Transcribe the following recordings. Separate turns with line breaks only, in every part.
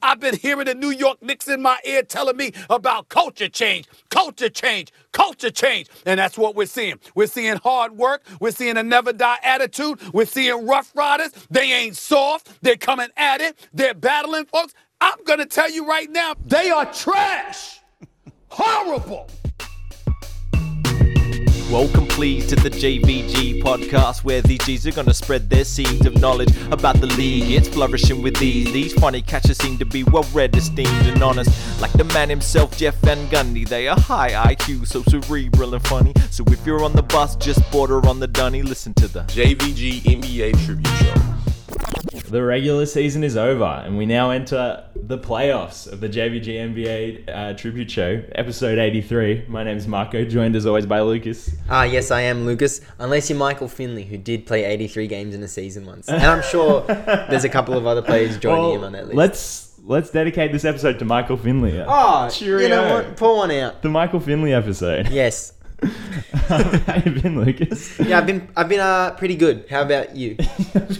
I've been hearing the New York Knicks in my ear telling me about culture change, culture change, culture change. And that's what we're seeing. We're seeing hard work. We're seeing a never die attitude. We're seeing rough riders. They ain't soft. They're coming at it. They're battling folks. I'm going to tell you right now, they are trash. Horrible.
Welcome, please, to the JVG podcast, where these G's are gonna spread their seeds of knowledge about the league. It's flourishing with these. These funny catchers seem to be well read, esteemed, and honest. Like the man himself, Jeff Van Gundy. They are high IQ, so cerebral and funny. So if you're on the bus, just border on the dunny. Listen to the
JVG NBA Tribute Show.
The regular season is over, and we now enter the playoffs of the JVG NBA uh, Tribute Show, episode 83. My name is Marco, joined as always by Lucas.
Ah, yes, I am Lucas. Unless you're Michael Finley, who did play 83 games in a season once, and I'm sure there's a couple of other players joining him on that list.
Let's let's dedicate this episode to Michael Finley.
Ah,
cheerio.
you know what? Pour one out.
The Michael Finley episode.
Yes.
How you been, Lucas?
Yeah, I've been I've been uh, pretty good. How about you?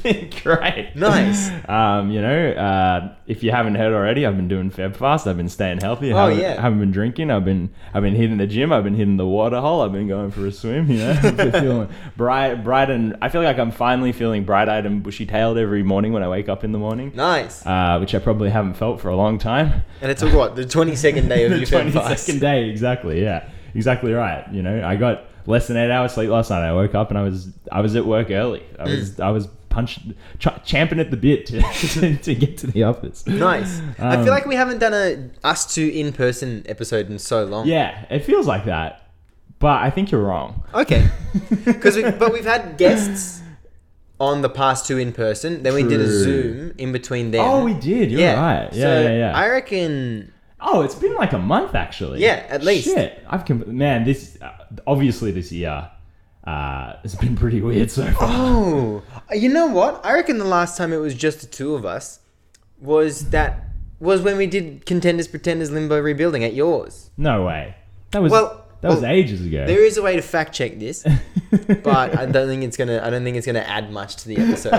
Great.
Nice.
Um, you know, uh, if you haven't heard already, I've been doing Feb fast. I've been staying healthy. I haven't,
yeah.
haven't been drinking. I've been I've been hitting the gym. I've been hitting the water hole. I've been going for a swim. You know, I've been feeling bright, bright, and I feel like I'm finally feeling bright-eyed and bushy-tailed every morning when I wake up in the morning.
Nice.
Uh, which I probably haven't felt for a long time.
And it took what the 22nd day of
the
your Feb Fast.
22nd day, exactly. Yeah, exactly right. You know, I got less than eight hours sleep last night. I woke up and I was I was at work early. I
Mm.
was I was punched, ch- champing at the bit to, to, to get to the office.
Nice. I
Um,
feel like we haven't done a us two in person episode in so long.
Yeah, it feels like that, but I think you're wrong.
Okay. Because we, but we've had guests on the past two in person. Then we did a
True.
Zoom in between them.
Oh, we did. You're right. Yeah,
so
yeah, yeah.
I reckon.
Oh, it's been like a month actually.
Yeah, at least.
Shit, I've com- man, this uh, obviously this year uh, has been pretty weird so far.
Oh, you know what? I reckon the last time it was just the two of us was that was when we did contenders, pretenders, limbo, rebuilding at yours.
No way. That was
Well,
that was
well,
ages ago.
There is a way to fact check this, but I don't think it's gonna. I don't think it's gonna add much to the episode.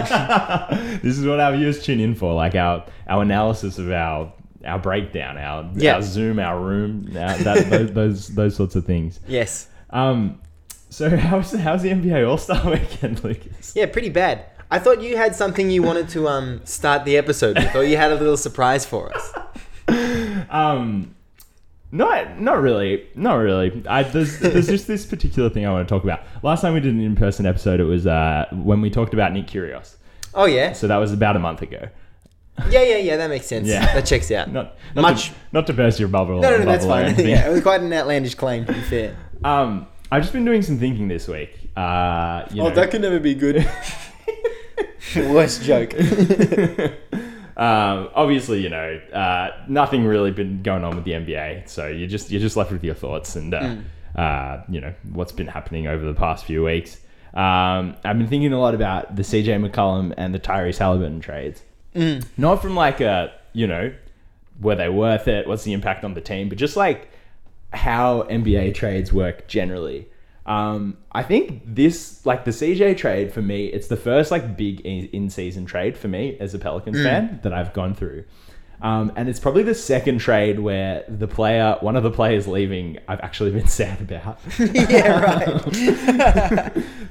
this is what our viewers tune in for, like our our analysis of our our breakdown, our,
Yeah.
our Zoom, our room, our, that, those, those those sorts of things.
yes.
Um, so how's how's the NBA All Star Weekend, Lucas?
Yeah, pretty bad. I thought you had something you wanted to um start the episode with, or you had a little surprise for us.
Um, not not really, not really. I, there's there's just this particular thing I want to talk about. Last time we did an in person episode, it was uh, when we talked about Nick Kyrgios.
Oh yeah,
So that was about a month ago.
yeah, yeah, yeah. That makes sense.
Yeah.
That checks out.
Not, not
Much-
To, not to burst your bubble.
no, no, no, that's
bubble or
fine.
anything.
yeah, it was quite an outlandish claim. To be fair.
Um, I've just been doing some thinking this week. Uh, you know,
Oh, could never be good. Worst joke.
um, obviously, you know, uh, nothing really been going on with the NBA, so you're just you're just left with your thoughts and uh,
Mm.
uh, you know what's been happening over the past few weeks. Um, I've been thinking a lot about the CJ McCollum and the Tyrese Halliburton trades,
Mm.
not from like a you know were they worth it? What's the impact on the team? But just like how NBA trades work generally. Um, I think this, like the CJ trade for me, it's the first like big in season trade for me as a Pelicans fan that I've gone through. Um, and it's probably the second trade where the player, one of the players leaving, I've actually been sad about.
yeah, right.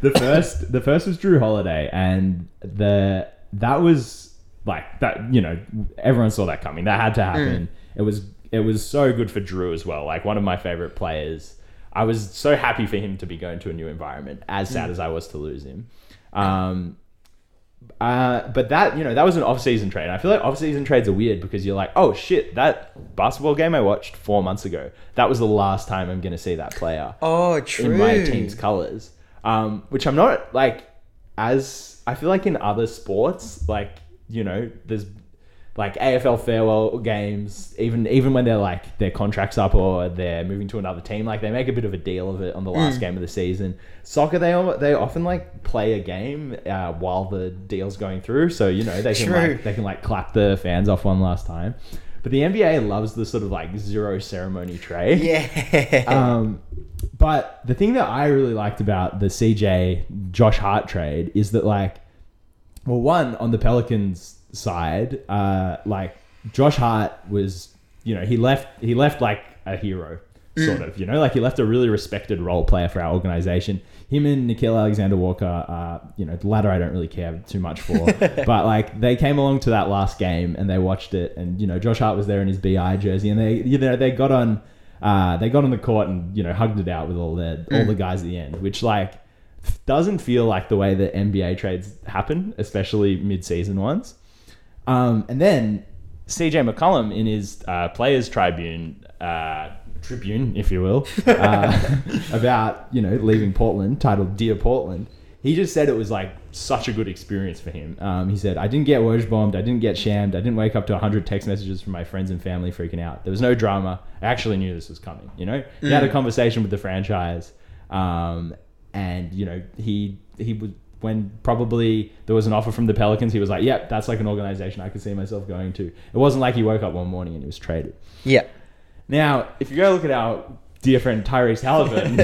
the first the first was Drew Holiday, and the that was like that. You know, everyone saw that coming. That had to happen. It was it was so good for Drew as well. Like one of my favorite players. I was so happy for him to be going to a new environment. As sad as I was to lose him. Um, uh, but that you know that was an off-season trade. I feel like off-season trades are weird because you're like, oh shit, that basketball game I watched four months ago. That was the last time I'm gonna see that player
Oh, true.
in my team's colors, um, which I'm not like as I feel like in other sports, like you know, there's like AFL farewell games, even even when they're like their contracts up or they're moving to another team, like they make a bit of a deal of it on the
Mm.
last game of the season. Soccer, they al- they often like play a game uh, while the deal's going through, so you know they can
True.
like they can like clap the fans off one last time. But the NBA loves the sort of like zero ceremony trade.
Yeah.
Um, but the thing that I really liked about the CJ Josh Hart trade is that like, well, one on the Pelicans side, uh, like Josh Hart was, you know, he left he left like a hero, sort of, you know, like he left a really respected role player for our organization. Him and Nikhil Alexander Walker, uh, you know, the latter I don't really care too much for, but like they came along to that last game and they watched it, and you know, Josh Hart was there in his BI jersey, and they you know they got on. Uh, they got on the court and you know hugged it out with all the all the guys at the end, which like doesn't feel like the way that NBA trades happen, especially mid-season ones. Um, and then CJ McCollum in his uh, Players Tribune uh, Tribune, if you will, uh, about you know leaving Portland, titled "Dear Portland." He just said it was like such a good experience for him. Um, he said, "I didn't get woj bombed, I didn't get shammed, I didn't wake up to 100 text messages from my friends and family freaking out. There was no drama. I actually knew this was coming. You know, he had a conversation with the franchise, um, and you know he he was when probably there was an offer from the Pelicans, he was like, "Yep, that's like an organization I could see myself going to." It wasn't like he woke up one morning and he was traded.
Yeah.
Now, if you go look at our dear friend Tyrese Halliburton,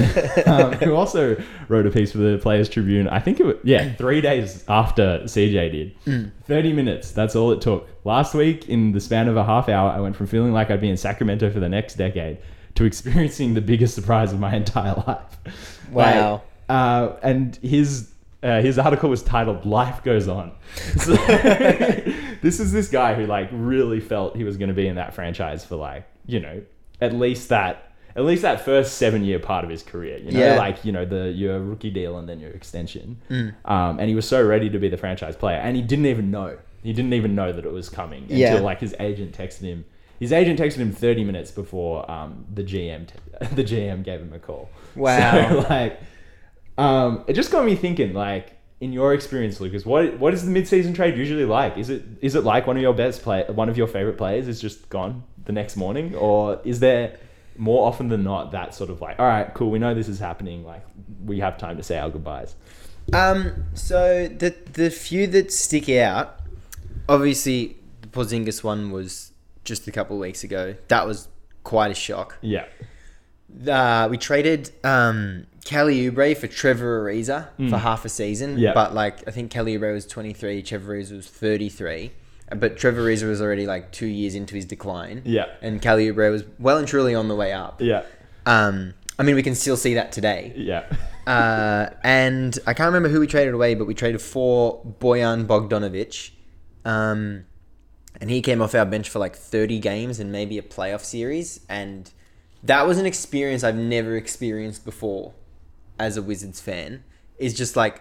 um, who also wrote a piece for the Players Tribune, I think it was yeah three days after CJ did, thirty minutes. That's all it took. Last week, in the span of a half hour, I went from feeling like I'd be in Sacramento for the next decade to experiencing the biggest surprise of my entire life.
Wow.
Like, uh, and his uh, his article was titled "Life Goes On." So this is this guy who like really felt he was going to be in that franchise for like you know at least that at least that first seven year part of his career. You know,
Yeah. Mm.
like you know the your rookie deal and then your extension. Um, and he was so ready to be the franchise player, and he didn't even know he didn't even know that it was coming until
Yeah.
like his agent texted him. His agent texted him 30 minutes before um, the GM t- the GM gave him a call.
Wow.
So, like, um, it just got me thinking. Like, in your experience, Lucas, what what is the mid-season trade usually like? Is it is it like one of your best play, one of your favorite players is just gone the next morning, or is there more often than not that sort of like, all right, cool, we know this is happening. Like, we have time to say our goodbyes.
Um, so the the few that stick out, obviously the Porzingis one was just a couple of weeks ago. That was quite a shock.
Yeah,
Uh, we traded um Kelly Oubre for Trevor Ariza for half a season.
Hmm. Yeah.
But like I think Kelly Oubre was twenty three, Trevor Ariza was thirty three. But Trevor Ariza was already like two years into his decline.
Yeah.
And Kelly Oubre was well and truly on the way up.
yeah,
Um I mean we can still see that today.
yeah,
Uh, and I can't remember who we traded away, but we traded for Boyan Bogdanovic. Um, and he came off our bench for like 30 games and maybe a playoff series. And that was an experience I've never experienced before as a Wizards fan. Is just like,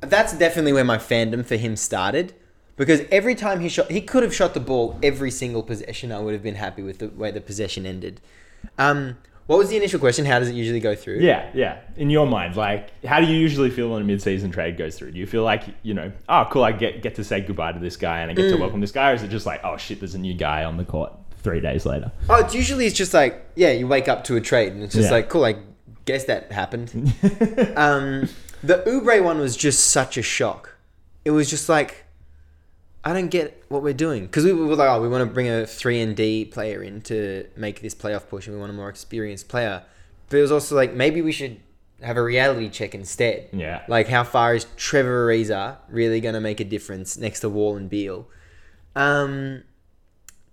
that's definitely where my fandom for him started. Because every time he shot, he could have shot the ball every single possession. I would have been happy with the way the possession ended. Um, what was the initial question? How does it usually go through?
yeah, yeah. In your mind, like, how do you usually feel when a mid-season trade goes through? Do you feel like you know, oh, cool, I get get to say goodbye to this guy and I get to welcome this guy, or is it just like, oh shit, there's a new guy on the court three days later?
Oh, it's usually it's just like yeah, you wake up to a trade and it's just
Yeah.
like cool. I guess that happened. um, the Ubre one was just such a shock. It was just like I don't get what we're doing because we were like, oh, we want to bring a three and D player in to make this playoff push, and we want a more experienced player. But it was also like maybe we should have a reality check instead.
Yeah.
Like how far is Trevor Ariza really going to make a difference next to Wall and Beal? Um,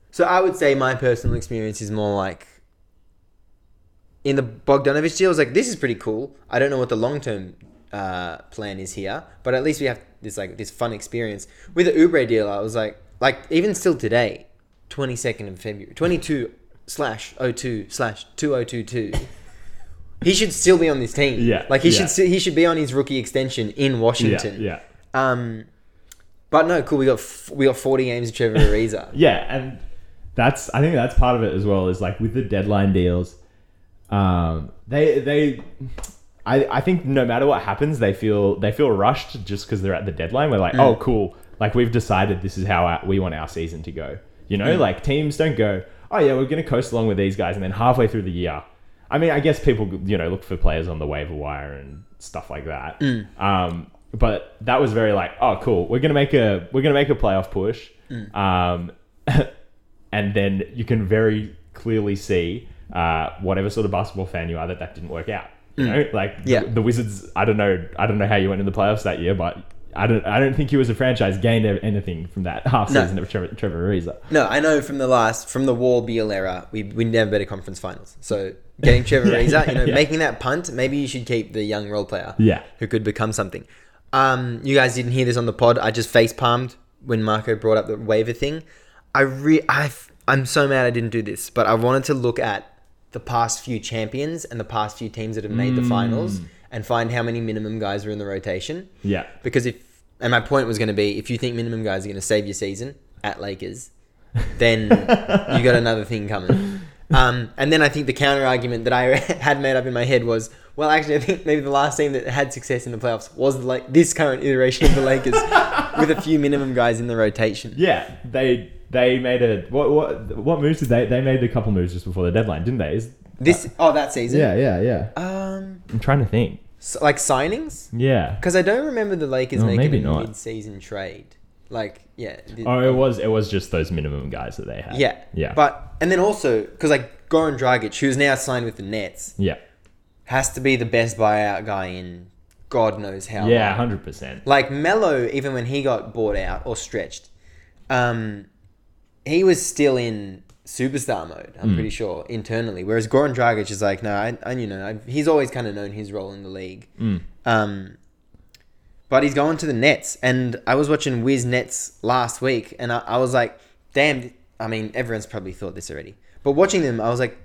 so I would say my personal experience is more like in the Bogdanovich deal. I was like, this is pretty cool. I don't know what the long term uh, plan is here, but at least we have this like this fun experience with the Ubre deal. I was like, like even still today, twenty second of February, twenty two slash 02 slash two oh two two. He should still be on this team.
Yeah,
like he
yeah.
should still, he should be on his rookie extension in Washington.
yeah.
Um, but no, cool. We got f- we got forty games of Trevor Ariza.
yeah and that's i think that's part of it as well is like with the deadline deals um they they i i think no matter what happens they feel they feel rushed just because they're at the deadline we're like oh cool like we've decided this is how our, we want our season to go you know like teams don't go oh yeah we're gonna coast along with these guys and then halfway through the year i mean i guess people you know look for players on the waiver wire and stuff like that um but that was very like oh cool we're gonna make a we're gonna make a playoff push um and then you can very clearly see uh, whatever sort of basketball fan you are that that didn't work out. You know, like the-
Mm. Yeah.
the, Wizards. I don't know. I don't know how you went in the playoffs that year, but I don't. I don't think he was a franchise gained anything from that half
No.
season of Trevor, Trevor Ariza.
No, I know from the last, from the War Beal era, we we never better conference finals. So getting Trevor
Yeah,
Ariza, you know,
yeah.
making that punt, maybe you should keep the young role player,
Yeah.
who could become something. Um, you guys didn't hear this on the pod. I just face palmed when Marco brought up the waiver thing. I re I I'm so mad I didn't do this, but I wanted to look at the past few champions and the past few teams that have made
Mm.
the finals and find how many minimum guys were in the rotation.
Yeah.
Because if and my point was going to be if you think minimum guys are going to save your season at Lakers, then you got another thing coming. Um, and then I think the counter argument that I had made up in my head was, well, actually, I think maybe the last team that had success in the playoffs was the, like this current iteration of the Lakers with a few minimum guys in the rotation.
Yeah, they they made a what what what moves did they they made a couple moves just before the deadline, didn't they? Is-
This oh that season.
yeah, yeah, yeah.
Um,
I'm trying to think.
so, like signings
Yeah.
because I don't remember the Lakers
No,
making
maybe
a
not.
mid-season trade. Like yeah. the-
Oh, it was it was just those minimum guys that they had.
Yeah.
Yeah.
But and then also because like Goran Dragic, who's now signed with the Nets,
yeah,
has to be the best buyout guy in God knows how.
yeah,
long.
hundred percent.
Like Melo, even when he got bought out or stretched, um, he was still in superstar mode.
Hmm.
I'm pretty sure internally. Whereas Goran Dragic is like, no, I, I you know, I, he's always kind of known his role in the league. Um, but he's going to the Nets, and I was watching Wiz Nets last week, and I, I was like, damn. I mean, everyone's probably thought this already, but watching them, I was like,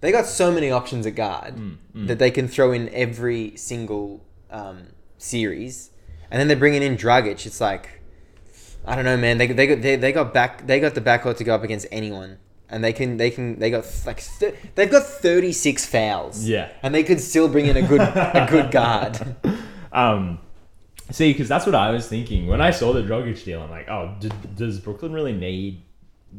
they got so many options at guard that they can throw in every single um, series, and then they're bringing in Dragic. It's like, I don't know, man. They they got they, they got back they got the backcourt to go up against anyone, and they can they can they got like th- they've got thirty six fouls.
Yeah.
and they could still bring in a good a good guard.
Um, see, because that's what I was thinking when I saw the Drogic deal. I'm like, oh, d- does Brooklyn really need,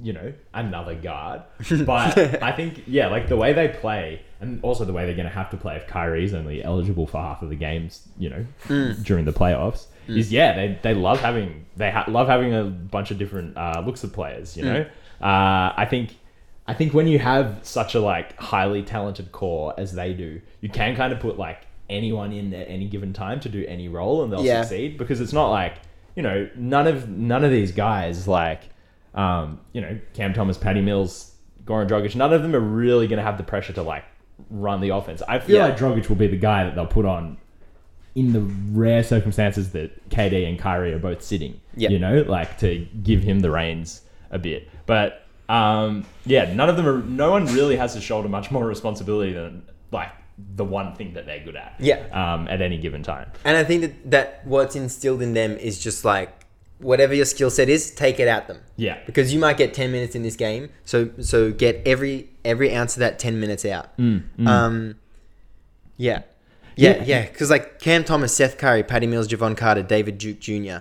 you know, another guard? But I think, yeah, like the way they play, and also the way they're going to have to play if Kyrie's only eligible for half of the games, you know, during the playoffs, is yeah, they, they love having they ha- love having a bunch of different uh, looks of players. You know, uh, I think. I think when you have such a like highly talented core as they do, you can kind of put like anyone in at any given time to do any role and they'll
Yeah.
succeed because it's not like you know none of none of these guys like um, you know Cam Thomas, Patty Mills, Goran Dragic, none of them are really going to have the pressure to like run the offense. I feel
Yeah.
like Drogic will be the guy that they'll put on in the rare circumstances that KD and Kyrie are both sitting.
Yeah.
You know, like to give him the reins a bit. But um, yeah, none of them are. No one really has to shoulder much more responsibility than like the one thing that they're good at.
Yeah.
Um, at any given time.
And I think that, that what's instilled in them is just like whatever your skill set is, take it at them.
Yeah.
Because you might get ten minutes in this game, so so get every every ounce of that ten minutes out. Um, yeah, yeah,
Mm, Yeah.
yeah. Because like Cam Thomas, Seth Curry, Patty Mills, Javon Carter, David Duke Jr.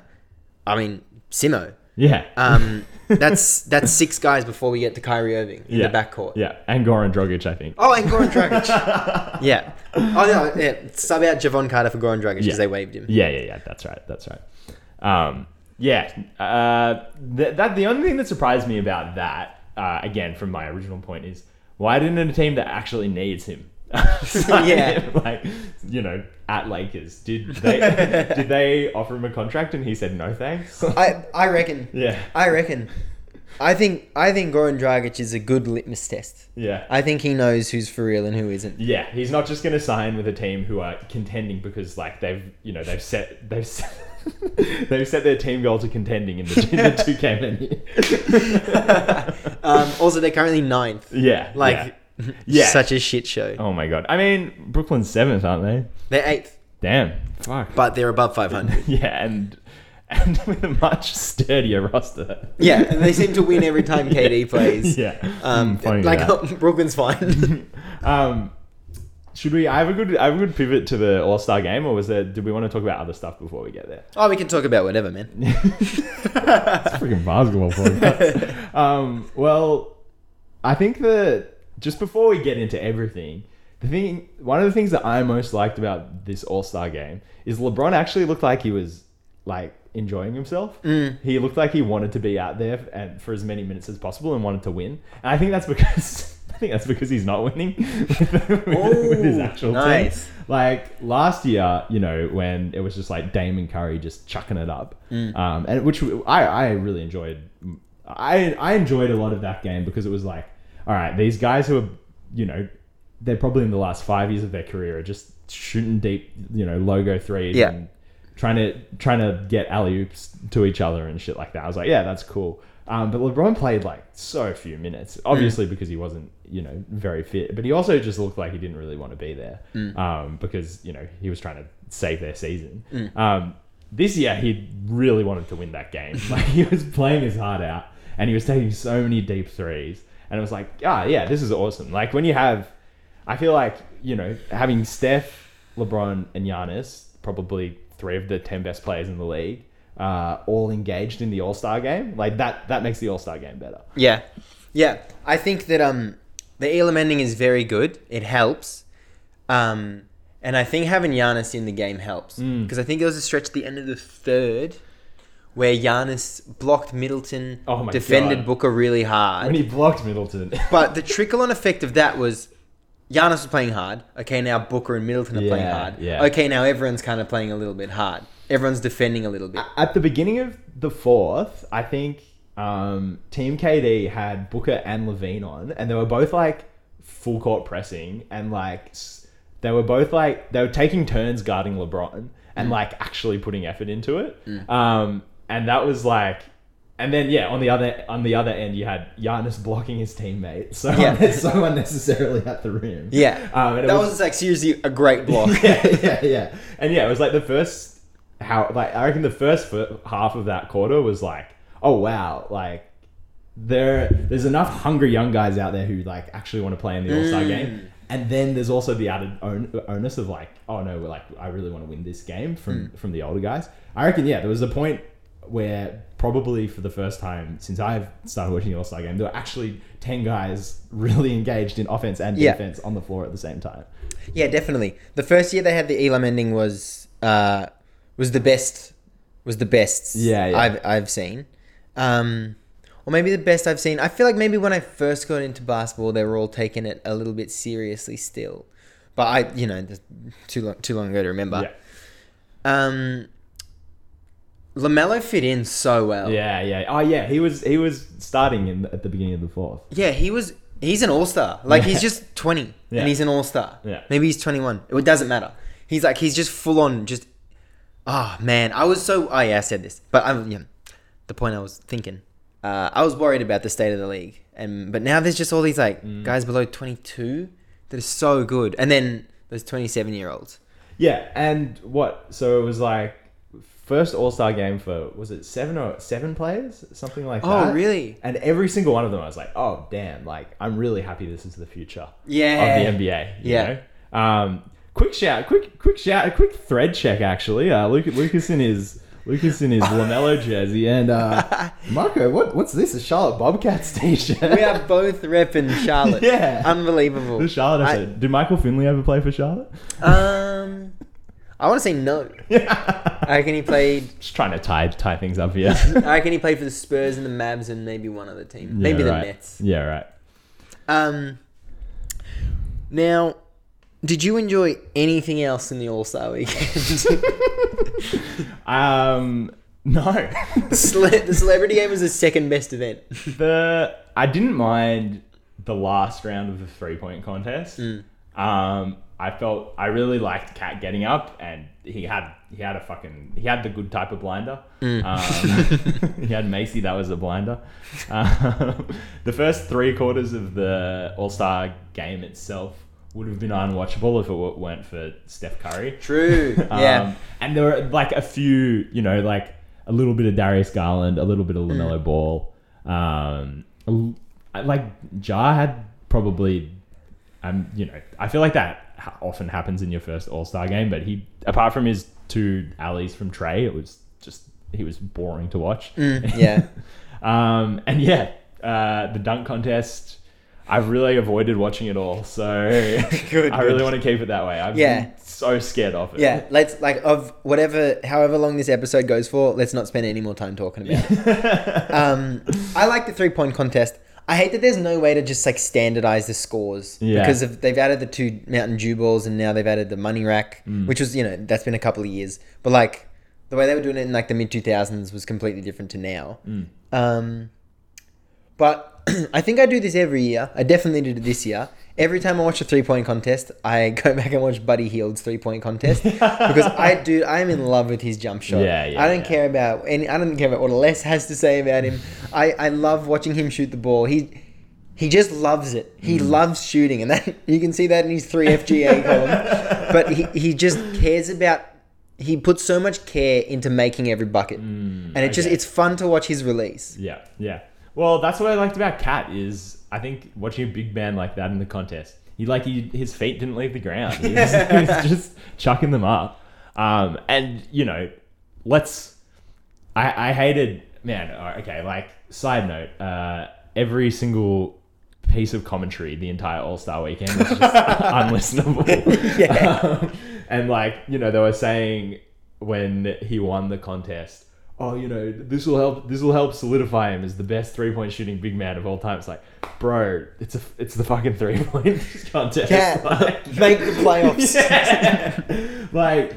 I
Mm.
mean Simo.
Yeah.
Um, that's that's six guys before we get to Kyrie Irving in
yeah.
the backcourt.
Yeah, and Goran Drogic, I think.
Oh, and Goran Dragic. yeah. Oh no, yeah. Sub out Javon Carter for Goran Dragic because
Yeah.
they waived him.
Yeah, yeah, yeah. That's right. That's right. Um, yeah. Uh, th- that the only thing that surprised me about that, uh, again, from my original point, is why didn't a team that actually needs him? sign
Yeah.
him, like you know, at Lakers, did they did they offer him a contract and he said no thanks?
I I reckon.
yeah,
I reckon. I think I think Goran Dragic is a good litmus test.
yeah,
I think he knows who's for real and who isn't.
yeah. He's not just going to sign with a team who are contending because like they've you know they've set they've set, they've set their team goal to contending in the, in the two K menu.
Um, also, they're currently ninth.
Yeah.
Like,
yeah. Yeah.
such a shit show.
Oh my god. I mean, Brooklyn's seventh, aren't they?
They're eighth,
Damn. Fuck.
but they're above five hundred.
Yeah, and and with a much sturdier roster.
yeah, and they seem to win every time KD plays.
Yeah.
Um,
Mm, funny
like
that.
Brooklyn's fine.
um should we I have a good I have a good pivot to the All Star game or was there did we want to talk about other stuff before we get there?
oh, we can talk about whatever, man.
It's freaking basketball podcast. um, well, I think that just before we get into everything, the thing, one of the things that I most liked about this All Star game is LeBron actually looked like he was like enjoying himself. He looked like he wanted to be out there and for as many minutes as possible and wanted to win. And I think that's because. I think that's because he's not winning with, with his
Ooh,
actual
nice.
team. Like last year, you know, when it was just like Damon Curry just chucking it up, um, and which I, I really enjoyed. I I enjoyed a lot of that game because it was like, all right, these guys who are, you know, they're probably in the last five years of their career are just shooting deep, you know, logo threes
Yeah.
and trying to trying to get alley oops to each other and shit like that. I was like, yeah, that's cool. Um, but LeBron played like so few minutes, obviously because he wasn't you know very fit, but he also just looked like he didn't really want to be there um, because you know he was trying to save their season. Um, this year he really wanted to win that game. Like he was playing his heart out and he was taking so many deep threes, and it was like, ah, yeah, this is awesome. Like when you have I feel like you know having Steph, LeBron, and Giannis, probably three of the ten best players in the league, uh, all engaged in the All Star game. Like that, that makes the All Star game better.
Yeah, yeah. I think that um, the Elam ending is very good. It helps, um, and I think having Giannis in the game helps
Hmm.
because I think there was a stretch at the end of the third where Giannis blocked Middleton,
Oh my
defended
God.
Booker really hard.
When he blocked Middleton,
but the trickle on effect of that was. Giannis was playing hard. Okay, now Booker and Middleton are playing
Yeah,
hard.
yeah.
Okay, now everyone's kind of playing a little bit hard. Everyone's defending a little bit.
at the beginning of the fourth, I think um, Team KD had Booker and Levine on, and they were both like full court pressing, and like s- they were both like they were taking turns guarding LeBron and like actually putting effort into it.
Mm.
Um, and that was like, and then yeah, on the other on the other end, you had Giannis blocking his teammate so
Yeah.
so unnecessarily at the rim.
Yeah,
um, and it
that
was
was like seriously a great block.
yeah, yeah, yeah. And yeah, it was like the first how like I reckon the first fir- half of that quarter was like, oh wow, like there there's enough hungry young guys out there who like actually want to play in the All Star game. And then there's also the added on- onus of like, oh no, we're like I really want to win this game from from the older guys. I reckon yeah, there was a point where probably for the first time since I've started watching the All Star game, there were actually ten guys really engaged in offense and
Yeah.
defense on the floor at the same time.
Yeah, definitely. The first year they had the Elam ending was uh, was the best was the best
Yeah, yeah.
I've I've seen. Um, or maybe the best I've seen. I feel like maybe when I first got into basketball, they were all taking it a little bit seriously still. But I, you know, that's too long too long ago to remember. Um, Lamelo fit in so well.
Yeah, yeah. Oh, yeah. He was he was starting in at the beginning of the fourth.
Yeah, he was. He's an all star. Like he's just twenty,
Yeah.
and he's an all star.
Yeah.
maybe he's twenty one. It doesn't matter. He's like he's just full on. Just ah man, I was so. Oh yeah, I said this, but I'm yeah. The point I was thinking, uh, I was worried about the state of the league, and but now there's just all these like
Mm.
guys below twenty two that are so good, and then those twenty seven year olds.
Yeah, and what? So it was like first All Star game for was it seven or seven players, something like
Oh,
that.
really?
And every single one of them, I was like, oh damn! Like I'm really happy this is the future.
Yeah.
Of the NBA. you
Yeah.
know? Um. Quick shout! Quick quick shout! A quick thread check actually. Uh, Luke, Lucas in his. Lucas in his Lamelo jersey and uh, Marco, what what's this? A Charlotte Bobcats t-shirt?
We are both repping Charlotte.
Yeah.
unbelievable.
The Charlotte episode. Did Michael Finley ever play for Charlotte?
Um, I want to say no. I reckon he played
Just trying to tie tie things up here.
I reckon he played for the Spurs and the Mavs and maybe one other team. maybe
Yeah,
the
right.
Nets.
Yeah, right.
Um, now, did you enjoy anything else in the All Star weekend?
Um, no,
Cele- the Celebrity Game was the second best event.
the I didn't mind the last round of the three point contest. Um, I felt I really liked Cat getting up, and he had he had a fucking he had the good type of blinder. Um, he had Macy, that was a blinder. Um, the first three quarters of the All Star game itself would have been unwatchable if it wa- weren't for Steph Curry.
True. Yeah.
Um, and there were like a few, you know, like a little bit of Darius Garland, a little bit of
Mm.
LaMelo Ball. Um, a l- I- like Ja had probably, um, you know, I feel like that ha- often happens in your first All Star game, but he, apart from his two alleys from Trey, it was just, he was boring to watch.
yeah.
Um, and yeah, uh, the dunk contest. I've really avoided watching it all, so
Good,
I really
good.
want to keep it that way. I'm
Yeah.
so scared of it.
Yeah. Let's like of whatever, however long this episode goes for, let's not spend any more time talking about it. um, I like the three point contest. I hate that there's no way to just like standardize the scores
Yeah.
because of, they've added the two Mountain Dew balls and now they've added the money rack, which was you know that's been a couple of years, but like the way they were doing it in like the mid two thousands was completely different to now. Um, but I think I do this every year. I definitely did it this year. Every time I watch a three point contest, I go back and watch Buddy Heald's three point contest because I do. I'm in love with his jump shot.
Yeah, yeah,
I don't
yeah.
care about any. I don't care about what Les has to say about him. I, I love watching him shoot the ball. He he just loves it. He
Mm.
loves shooting, and that you can see that in his three FGA column. But he, he just cares about. He puts so much care into making every bucket,
Mm,
and it just it's fun to watch his release.
Yeah, yeah. Well, that's what I liked about Cat is I think watching a big man like that in the contest, he like he, his feet didn't leave the ground. He was, he was just chucking them up. Um, and you know, let's. I I hated man. alright, Okay, like side note. Uh, every single piece of commentary the entire All Star Weekend was just unlistenable.
Yeah.
Um, and like you know they were saying when he won the contest oh you know this will help this will help solidify him as the best three-point shooting big man of all time it's like bro it's a it's the fucking three-point contest
Yeah.
Like-
Make the playoffs.
Yeah. like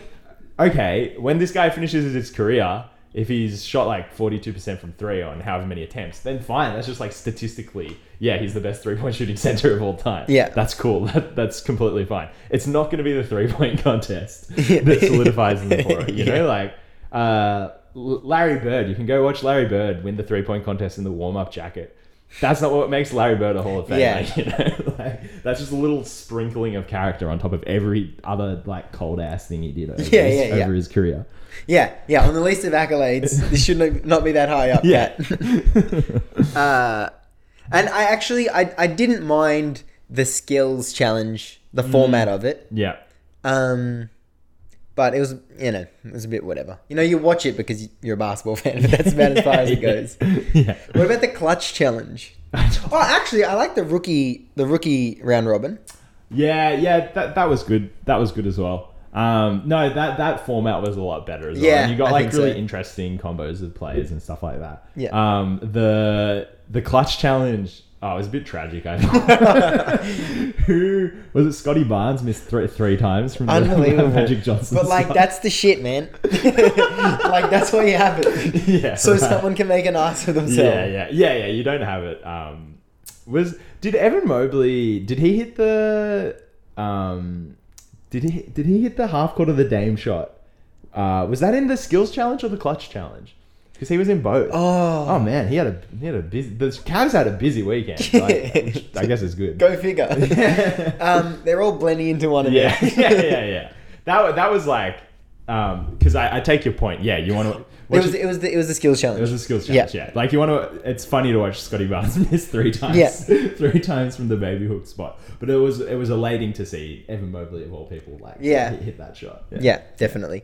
okay when this guy finishes his career if he's shot like 42% from three on however many attempts then fine that's just like statistically yeah he's the best three-point shooting center of all time
Yeah.
that's cool. That, that's completely fine. It's not going to be the three point contest that solidifies them for it. You know, like uh, L- Larry Bird. You can go watch Larry Bird win the three point contest in the warm up jacket. That's not what makes Larry Bird a Hall of Fame.
Yeah.
Like, you know, like, that's just a little sprinkling of character on top of every other like cold ass thing he did over,
Yeah,
his,
yeah, yeah.
over his career.
Yeah, yeah. On the list of accolades, this should no- not be that high up.
Yeah.
Uh, and I actually, I, I didn't mind the skills challenge, the
Mm.
format of it.
yeah.
Um, but it was, you know, it was a bit whatever. You know, you watch it because you're a basketball fan, but that's about as far as it goes.
Yeah.
What about the clutch challenge? Oh, actually, I like the rookie, the rookie round robin.
Yeah, yeah, that, that was good. That was good as well. Um, no, that that format was a lot better as well.
Yeah,
and you got
I
like
think so.
really interesting combos of players and stuff like that.
Yeah.
Um, the the clutch challenge. Oh, it was a bit tragic. I thought. Who was it? Scotty Barnes missed three three times from the
Unbelievable.
Magic Johnson.
But like,
stuff.
that's the shit, man. like, that's why you have it.
yeah.
So
right.
someone can make an ass of themselves.
Yeah, yeah, yeah, yeah. You don't have it. Um, was did Evan Mobley? Did he hit the? Um, did he did he hit the half court of the Dame shot? Uh, was that in the skills challenge or the clutch challenge? Because he was in both.
Oh.
oh man, he had a he had a busy. The Cavs had a busy weekend. Like, which I guess it's good.
Go figure. um, they're all blending into one
yeah,
another.
yeah, yeah, yeah. That wa- that was like, um, because I, I take your point. Yeah, you want to.
It was, it was the it was the skills challenge.
It was a skills challenge, yeah. Like you want to, it's funny to watch Scotty Barnes miss three times,
Yeah.
three times from the baby hook spot. But it was it was elating to see Evan Mobley of all people like
Yeah.
hit, hit that shot. Yeah.
yeah, definitely.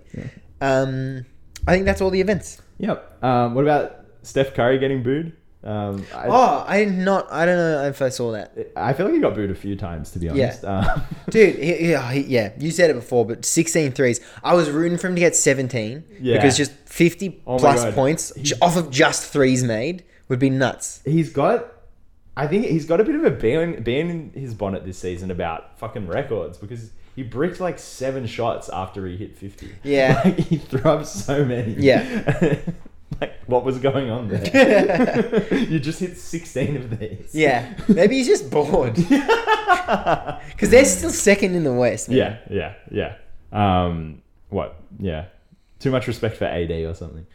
Um, I think that's all the events.
Yep. Um, what about Steph Curry getting booed? Um, I,
Oh, I did not. I don't know if I saw that,
I feel like he got booed a few times to be honest. Um,
dude. He, yeah, he, yeah, you said it before, but 16 threes. I was rooting for him to get 17
Yeah.
because just 50
Oh my
plus
God.
points j- off of just threes made would be nuts.
he's got. I think he's got a bit of a ban, ban in his bonnet this season about fucking records because he bricked like seven shots after he hit 50.
Yeah.
Like, he threw up so many.
Yeah.
like, what was going on there? you just hit 16 of these.
Yeah, maybe he's just bored because they're still second in the West. man.
Yeah, yeah, yeah. Um, what? Yeah. Too much respect for AD or something.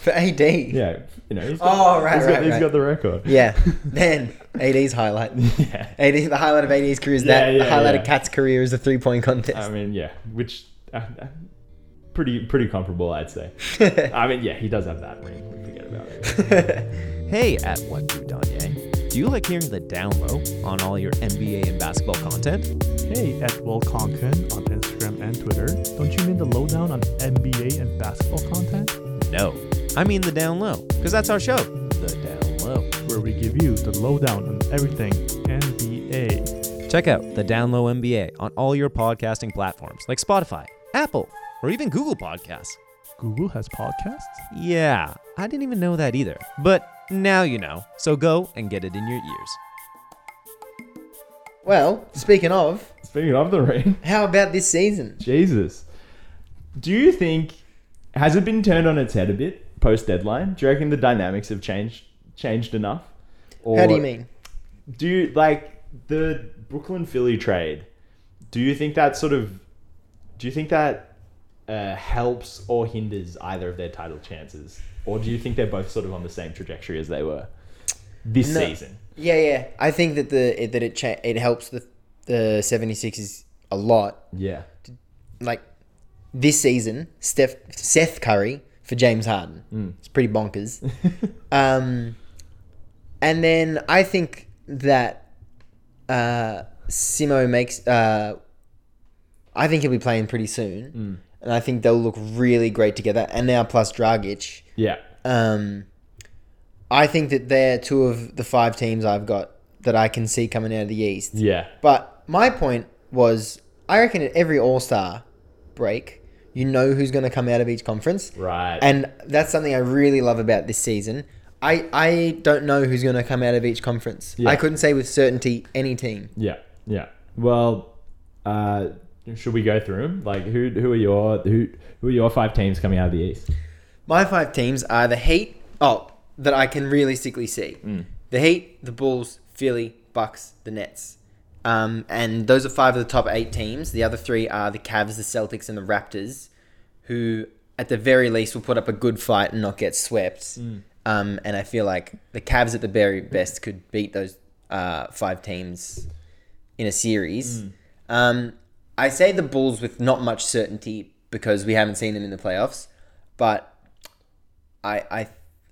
for AD.
Yeah, you know. He's
Oh, right,
he's got,
right,
he's
right.
got the record.
Yeah, man, AD's highlight.
Yeah.
AD, the highlight of AD's career is
Yeah,
that.
yeah,
the highlight
yeah.
of
Um,
Cat's career is the three point contest.
I mean, yeah, which uh, uh, pretty pretty comparable, I'd say. I mean, yeah, he does have that ring. We forget about it.
Hey, at What Do Danye. Do you like hearing the down low on all your NBA and basketball content?
Hey, at Will Conklin on Instagram and Twitter. Don't you mean the lowdown on NBA and basketball content?
No, I mean the down low, because that's our show, The Down Low.
Where we give you the lowdown on everything NBA.
Check out The Down Low NBA on all your podcasting platforms like Spotify, Apple, or even Google Podcasts.
Google has podcasts?
Yeah, I didn't even know that either. But Now you know. So go and get it in your ears.
Well, speaking of,
Speaking of the rain,
how about this season?
Jesus. Do you think has it been turned on its head a bit post deadline? Do you reckon the dynamics have changed changed enough? Or
How do you mean?
Do you like the Brooklyn Philly trade? Do you think that sort of do you think that uh, helps or hinders either of their title chances, or do you think they're both sort of on the same trajectory as they were this
No.
season?
Yeah, yeah. I think that the it, that it cha- it helps the the 76ers a lot.
Yeah,
Like this season, Steph Seth Curry for James Harden. It's pretty bonkers. um, and then I think that uh, Simo makes. Uh, I think he'll be playing pretty soon, and I think they'll look really great together. And now plus Dragic.
yeah,
Um, I think that they're two of the five teams I've got that I can see coming out of the East.
yeah,
But my point was, I reckon at every All Star break, you know who's going to come out of each conference.
right.
And that's something I really love about this season. I, I don't know who's going to come out of each conference.
Yeah.
I couldn't say with certainty any team.
Yeah, yeah. Well, uh, should we go through them? Like, who who are your who who are your five teams coming out of the East?
My five teams are the Heat. Oh, that I can realistically see. The Heat, the Bulls, Philly, Bucks, the Nets. Um, and those are five of the top eight teams. The other three are the Cavs, the Celtics, and the Raptors, who at the very least will put up a good fight and not get swept. Um, and I feel like the Cavs at the very best could beat those uh, five teams in a series. Um, I say the Bulls with not much certainty because we haven't seen them in the playoffs, but I, I,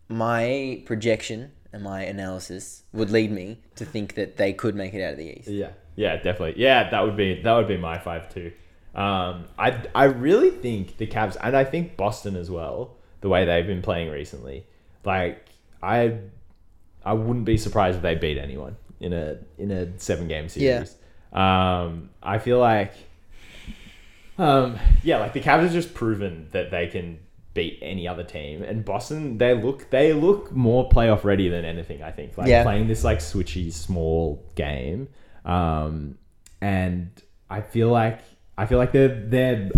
my projection and my analysis would lead me to think that they could make it out of the East.
Yeah, yeah, definitely. Yeah, that would be that would be my five too. Um, I I really think the Cavs and I think Boston as well. The way they've been playing recently, like I I wouldn't be surprised if they beat anyone in a in a seven game series. Um, I feel like, um, yeah, like the Cavs have just proven that they can beat any other team, and Boston they look they look more playoff ready than anything. I think like
Yeah.
playing this like switchy small game, um, and I feel like I feel like they're they're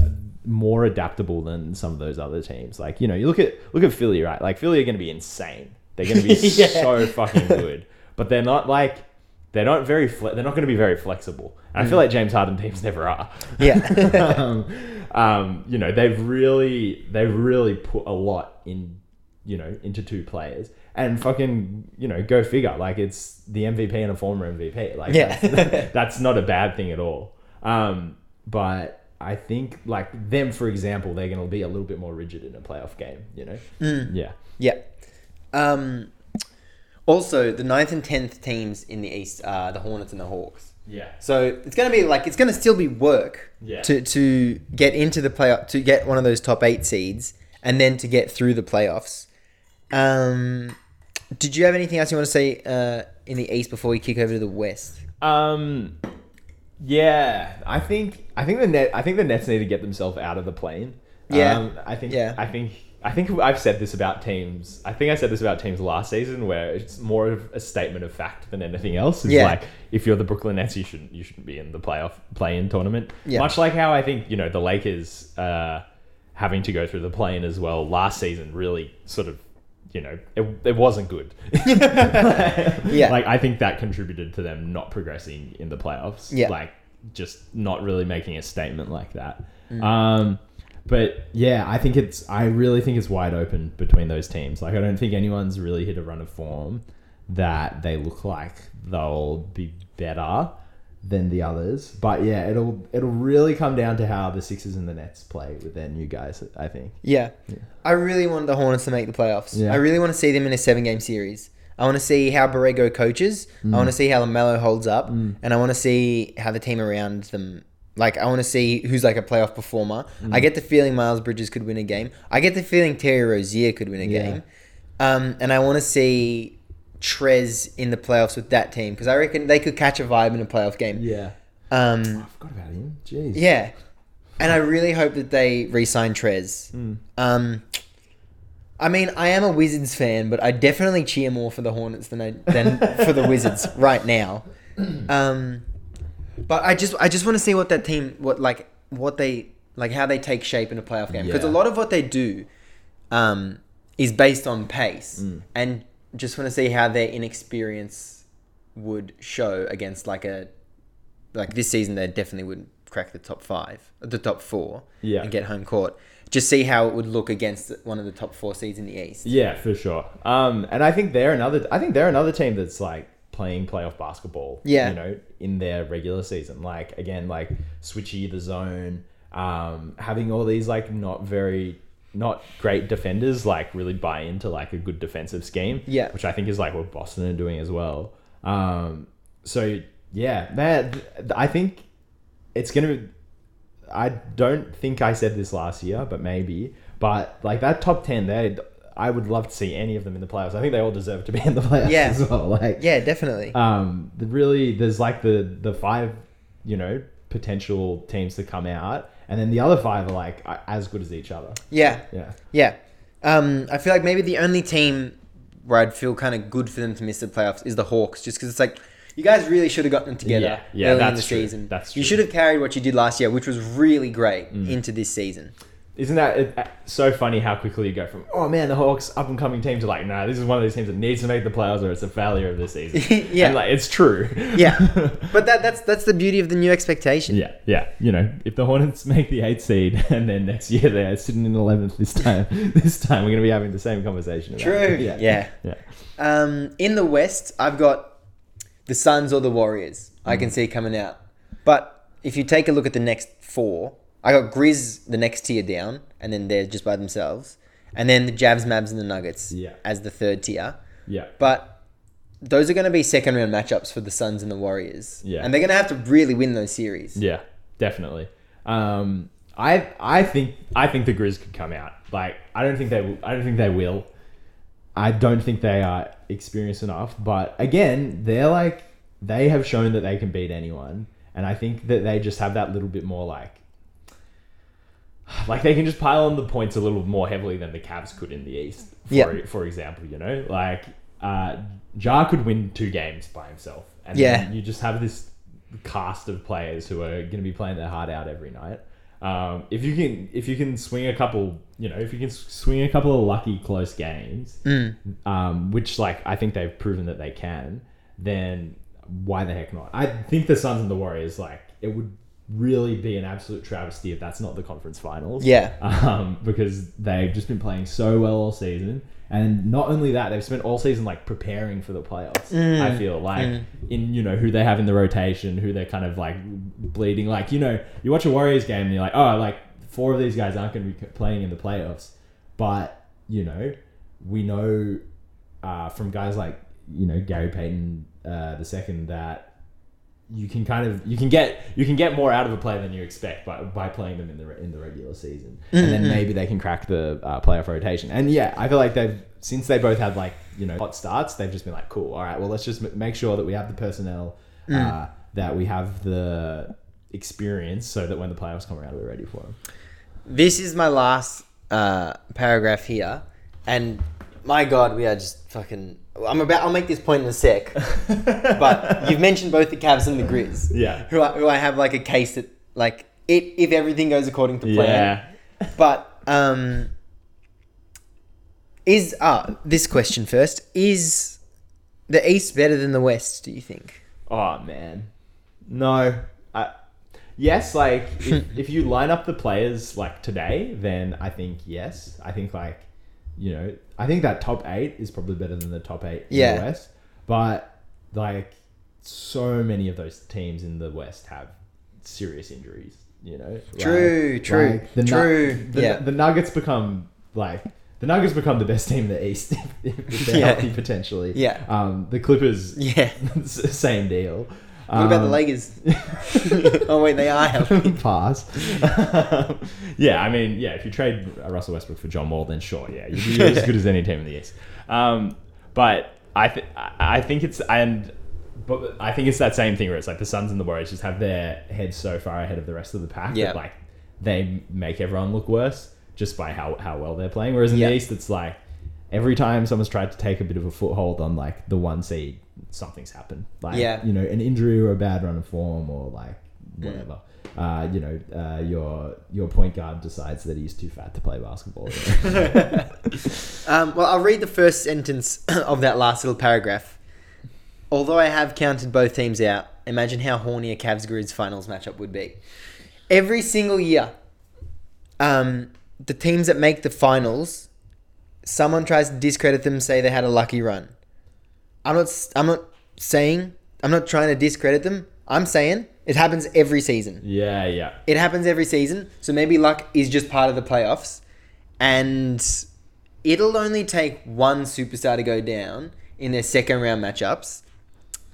more adaptable than some of those other teams. Like you know, you look at look at Philly, right? Like Philly are going to be insane. They're going to be so fucking good, but they're not like they're not very fle- they're not going to be very flexible. And I feel like James Harden teams never are.
Yeah.
um, um, you know, they've really they've really put a lot in, you know, into two players. And fucking, you know, go figure. Like it's the MVP and a former MVP. Like
Yeah.
that's, that's not a bad thing at all. Um, but I think like them, for example, they're gonna be a little bit more rigid in a playoff game, you know? Yeah.
Yeah. Um, also, the ninth and tenth teams in the East are the Hornets and the Hawks.
Yeah.
So it's going to be like it's going to still be work
Yeah.
to to get into the playoff to get one of those top eight seeds and then to get through the playoffs. Um, did you have anything else you want to say uh, in the East before we kick over to the West?
Um, yeah, I think I think the net I think the Nets need to get themselves out of the plane.
Yeah.
um, I think
Yeah.
I think I think I've said this about teams. I think I said this about teams last season, where it's more of a statement of fact than anything else. It's
Yeah.
like if you're the Brooklyn Nets, you shouldn't you shouldn't be in the playoff play-in tournament.
Yeah.
Much like how I think you know the Lakers uh, having to go through the play-in as well last season really sort of you know it, it wasn't good.
Yeah.
Like I think that contributed to them not progressing in the playoffs.
Yeah.
Like just not really making a statement like that.
Mm.
Um but yeah, I think it's I really think it's wide open between those teams. Like I don't think anyone's really hit a run of form that they look like they'll be better than the others. But yeah, it'll it'll really come down to how the Sixers and the Nets play with their new guys, I think.
Yeah. I really want the Hornets to make the playoffs.
Yeah.
I really want to see them in a seven game series. I want to see how Borrego coaches. I
Mm.
want to see how LaMelo holds up. And I want to see how the team around them. Like, I want to see who's like a playoff performer. I
Mm.
get the feeling Miles Bridges could win a game. I get the feeling Terry Rozier could win a
Yeah.
game. Um, and I want to see Trez in the playoffs with that team because I reckon they could catch a vibe in a playoff game.
Yeah.
Um,
Oh, I forgot about him. Jeez.
yeah.
Hmm.
And I really hope that they re sign Trez. Um, I mean, I am a Wizards fan, but I definitely cheer more for the Hornets than I than for the Wizards right now. Um, but I just I just want to see what that team what like what they like how they take shape in a playoff game because
Yeah.
a lot of what they do um, is based on pace,
Hmm.
and just want to see how their inexperience would show against like a like this season they definitely would crack the top five, the top four,
Yeah.
and get home court. Just see how it would look against one of the top four seeds in the East.
Yeah, for sure. Um, and I think they're another. I think they're another team that's like playing playoff basketball.
Yeah.
you know, in their regular season, like again, like switchy the zone, um, having all these like not very. Not great defenders like really buy into like a good defensive scheme,
Yeah.
which I think is like what Boston are doing as well. Um, so yeah, man, th- th- I think it's gonna. I don't think I said this last year, but maybe. But like that top ten, they I would love to see any of them in the playoffs. I think they all deserve to be in the playoffs
Yeah.
as well. Like
Yeah, definitely.
um, the, really, there's like the the five, you know, potential teams to come out, and then the other five are like a- as good as each other.
yeah,
Yeah.
yeah. Um, I feel like maybe the only team where I'd feel kind of good for them to miss the playoffs is the Hawks, just because it's like you guys really should have gotten them together
Yeah, yeah,
early in
that's
the
true,
season.
that's
You
true. Mm.
should have carried what you did last year, which was really great, into this season.
Isn't that it, uh, so funny how quickly you go from oh man the Hawks up and coming team to like nah this is one of these teams that needs to make the playoffs or it's a failure of this season
Yeah.
And, like it's true
Yeah, but that, that's that's the beauty of the new expectation.
Yeah, yeah. You know, if the Hornets make the eighth seed and then next year they're sitting in eleventh this time, this time we're going to be having the same conversation. about it.
True.
Yeah.
Yeah.
Yeah.
Um, in the West, I've got the Suns or the Warriors. I
Mm.
can see coming out. But if you take a look at the next four, I got Grizz the next tier down, and then they're just by themselves, and then the Jabs, Mabs, and the Nuggets
Yeah.
as the third tier.
Yeah.
But those are going to be second round matchups for the Suns and the Warriors.
Yeah.
And they're going to have to really win those series.
Yeah, definitely. Um, I I think I think the Grizz could come out. Like I don't think they will- I don't think they will. I don't think they are experienced enough. But again, they're like they have shown that they can beat anyone, and I think that they just have that little bit more like. Like they can just pile on the points a little more heavily than the Cavs could in the East, for, e,
Yeah.
for example. You know, like uh, Jar could win two games by himself, and
Yeah.
then you just have this cast of players who are going to be playing their heart out every night. Um, if you can, if you can swing a couple, you know, if you can s- swing a couple of lucky close games,
Mm.
um, which like I think they've proven that they can, then why the heck not? I think the Suns and the Warriors, like, it would really be an absolute travesty if that's not the conference finals.
Yeah.
Um, because they've just been playing so well all season. And not only that, they've spent all season like preparing for the playoffs. I feel like in you know who they have in the rotation, who they're kind of like bleeding. Like you know, you watch a Warriors game and you're like, oh, like four of these guys aren't going to be playing in the playoffs, but you know, we know uh, from guys like you know Gary Payton uh, the second that you can kind of you can get you can get more out of a player than you expect by, by playing them in the re- in the regular season, and then maybe they can crack the uh, playoff rotation. And yeah, I feel like they've since they both had like you know hot starts, they've just been like, cool, all right, well let's just m- make sure that we have the personnel, uh, that we have the experience, so that when the playoffs come around, we're ready for them.
This is my last uh, paragraph here, and my God, we are just fucking. I'm about. I'll make this point in a sec, but you've mentioned both the Cavs and the Grizz,
Yeah.
who I, who I have like a case that like it if everything goes according to plan.
Yeah.
But um, is uh this question first? Is the East better than the West? Do you think?
Oh man, no. I, yes, like if, if you line up the players like today, then I think yes. I think like you know, I think that top eight is probably better than the top eight in
Yeah.
the West. But like, so many of those teams in the West have serious injuries. You know, like-
True, true,
the Nu-
true,
the,
yeah.
the Nuggets become like. The Nuggets become the best team in the East if, if they're
Yeah.
healthy potentially.
Yeah.
Um, the Clippers,
Yeah.
same deal.
What about the
Um,
Lakers? oh wait, they are healthy.
Pass. yeah, I mean, yeah, if you trade Russell Westbrook for John Wall, then sure, yeah, you're, you're as good as any team in the East. Um, but I, th- I I think it's and but I think it's that same thing where it's like the Suns and the Warriors just have their heads so far ahead of the rest of the pack
Yeah.
that like they make everyone look worse just by how, how well they're playing. Whereas in
Yeah.
the East, it's like every time someone's tried to take a bit of a foothold on like the one seed, something's happened. Like
Yeah.
you know, an injury or a bad run of form or like whatever. Uh, you know, uh, your your point guard decides that he's too fat to play basketball.
Um, well, I'll read the first sentence of that last little paragraph. Although I have counted both teams out, imagine how horny a Cavs Grids finals matchup would be. Every single year, um, the teams that make the finals, someone tries to discredit them, say they had a lucky run. I'm not. s- I'm not saying. I'm not trying to discredit them. I'm saying it happens every season.
yeah, yeah.
It happens every season, so maybe luck is just part of the playoffs. And it'll only take one superstar to go down in their second round matchups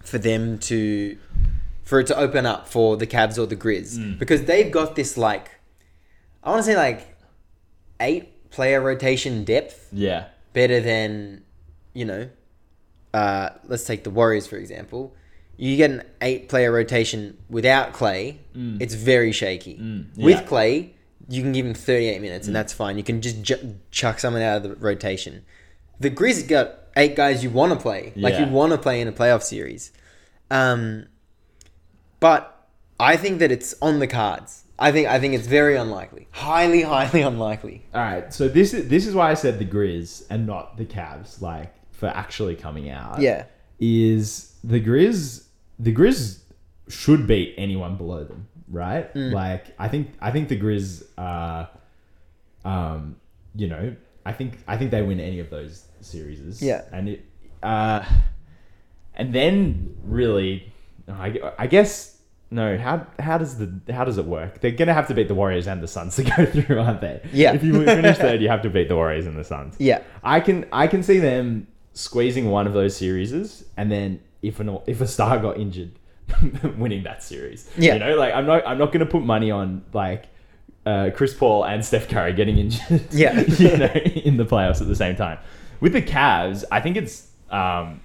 for them to for it to open up for the Cavs or the Grizz because they've got this like I want to say like eight player rotation depth
Yeah.
better than you know uh, let's take the Warriors for example. You get an eight player rotation without Clay, it's very shaky.
Mm. yeah. Mm.
With Clay, you can give him 38 minutes and that's fine. You can just ju- chuck someone out of the rotation. The Grizz got eight guys you want to play, like
Yeah.
you want to play in a playoff series. Um, but I think that it's on the cards. I think I think it's very unlikely, highly highly unlikely.
All right. So this is this is why I said the Grizz and not the Cavs, like for actually coming out.
Yeah.
Is the Grizz the Grizz should beat anyone below them, right?
Mm.
Like I think I think the Grizz are, um, you know, I think I think they win any of those series.
Yeah.
And it, uh, and then really, I, I guess. No, how how does the how does it work? They're gonna have to beat the Warriors and the Suns to go through, aren't they?
Yeah.
If you finish third, you have to beat the Warriors and the Suns.
Yeah.
I can I can see them squeezing one of those series, and then if an if a star got injured, winning that series.
Yeah.
You know, like I'm not I'm not gonna put money on like. Uh, Chris Paul and Steph Curry getting injured,
Yeah.
you know, in the playoffs at the same time. With the Cavs, I think it's um,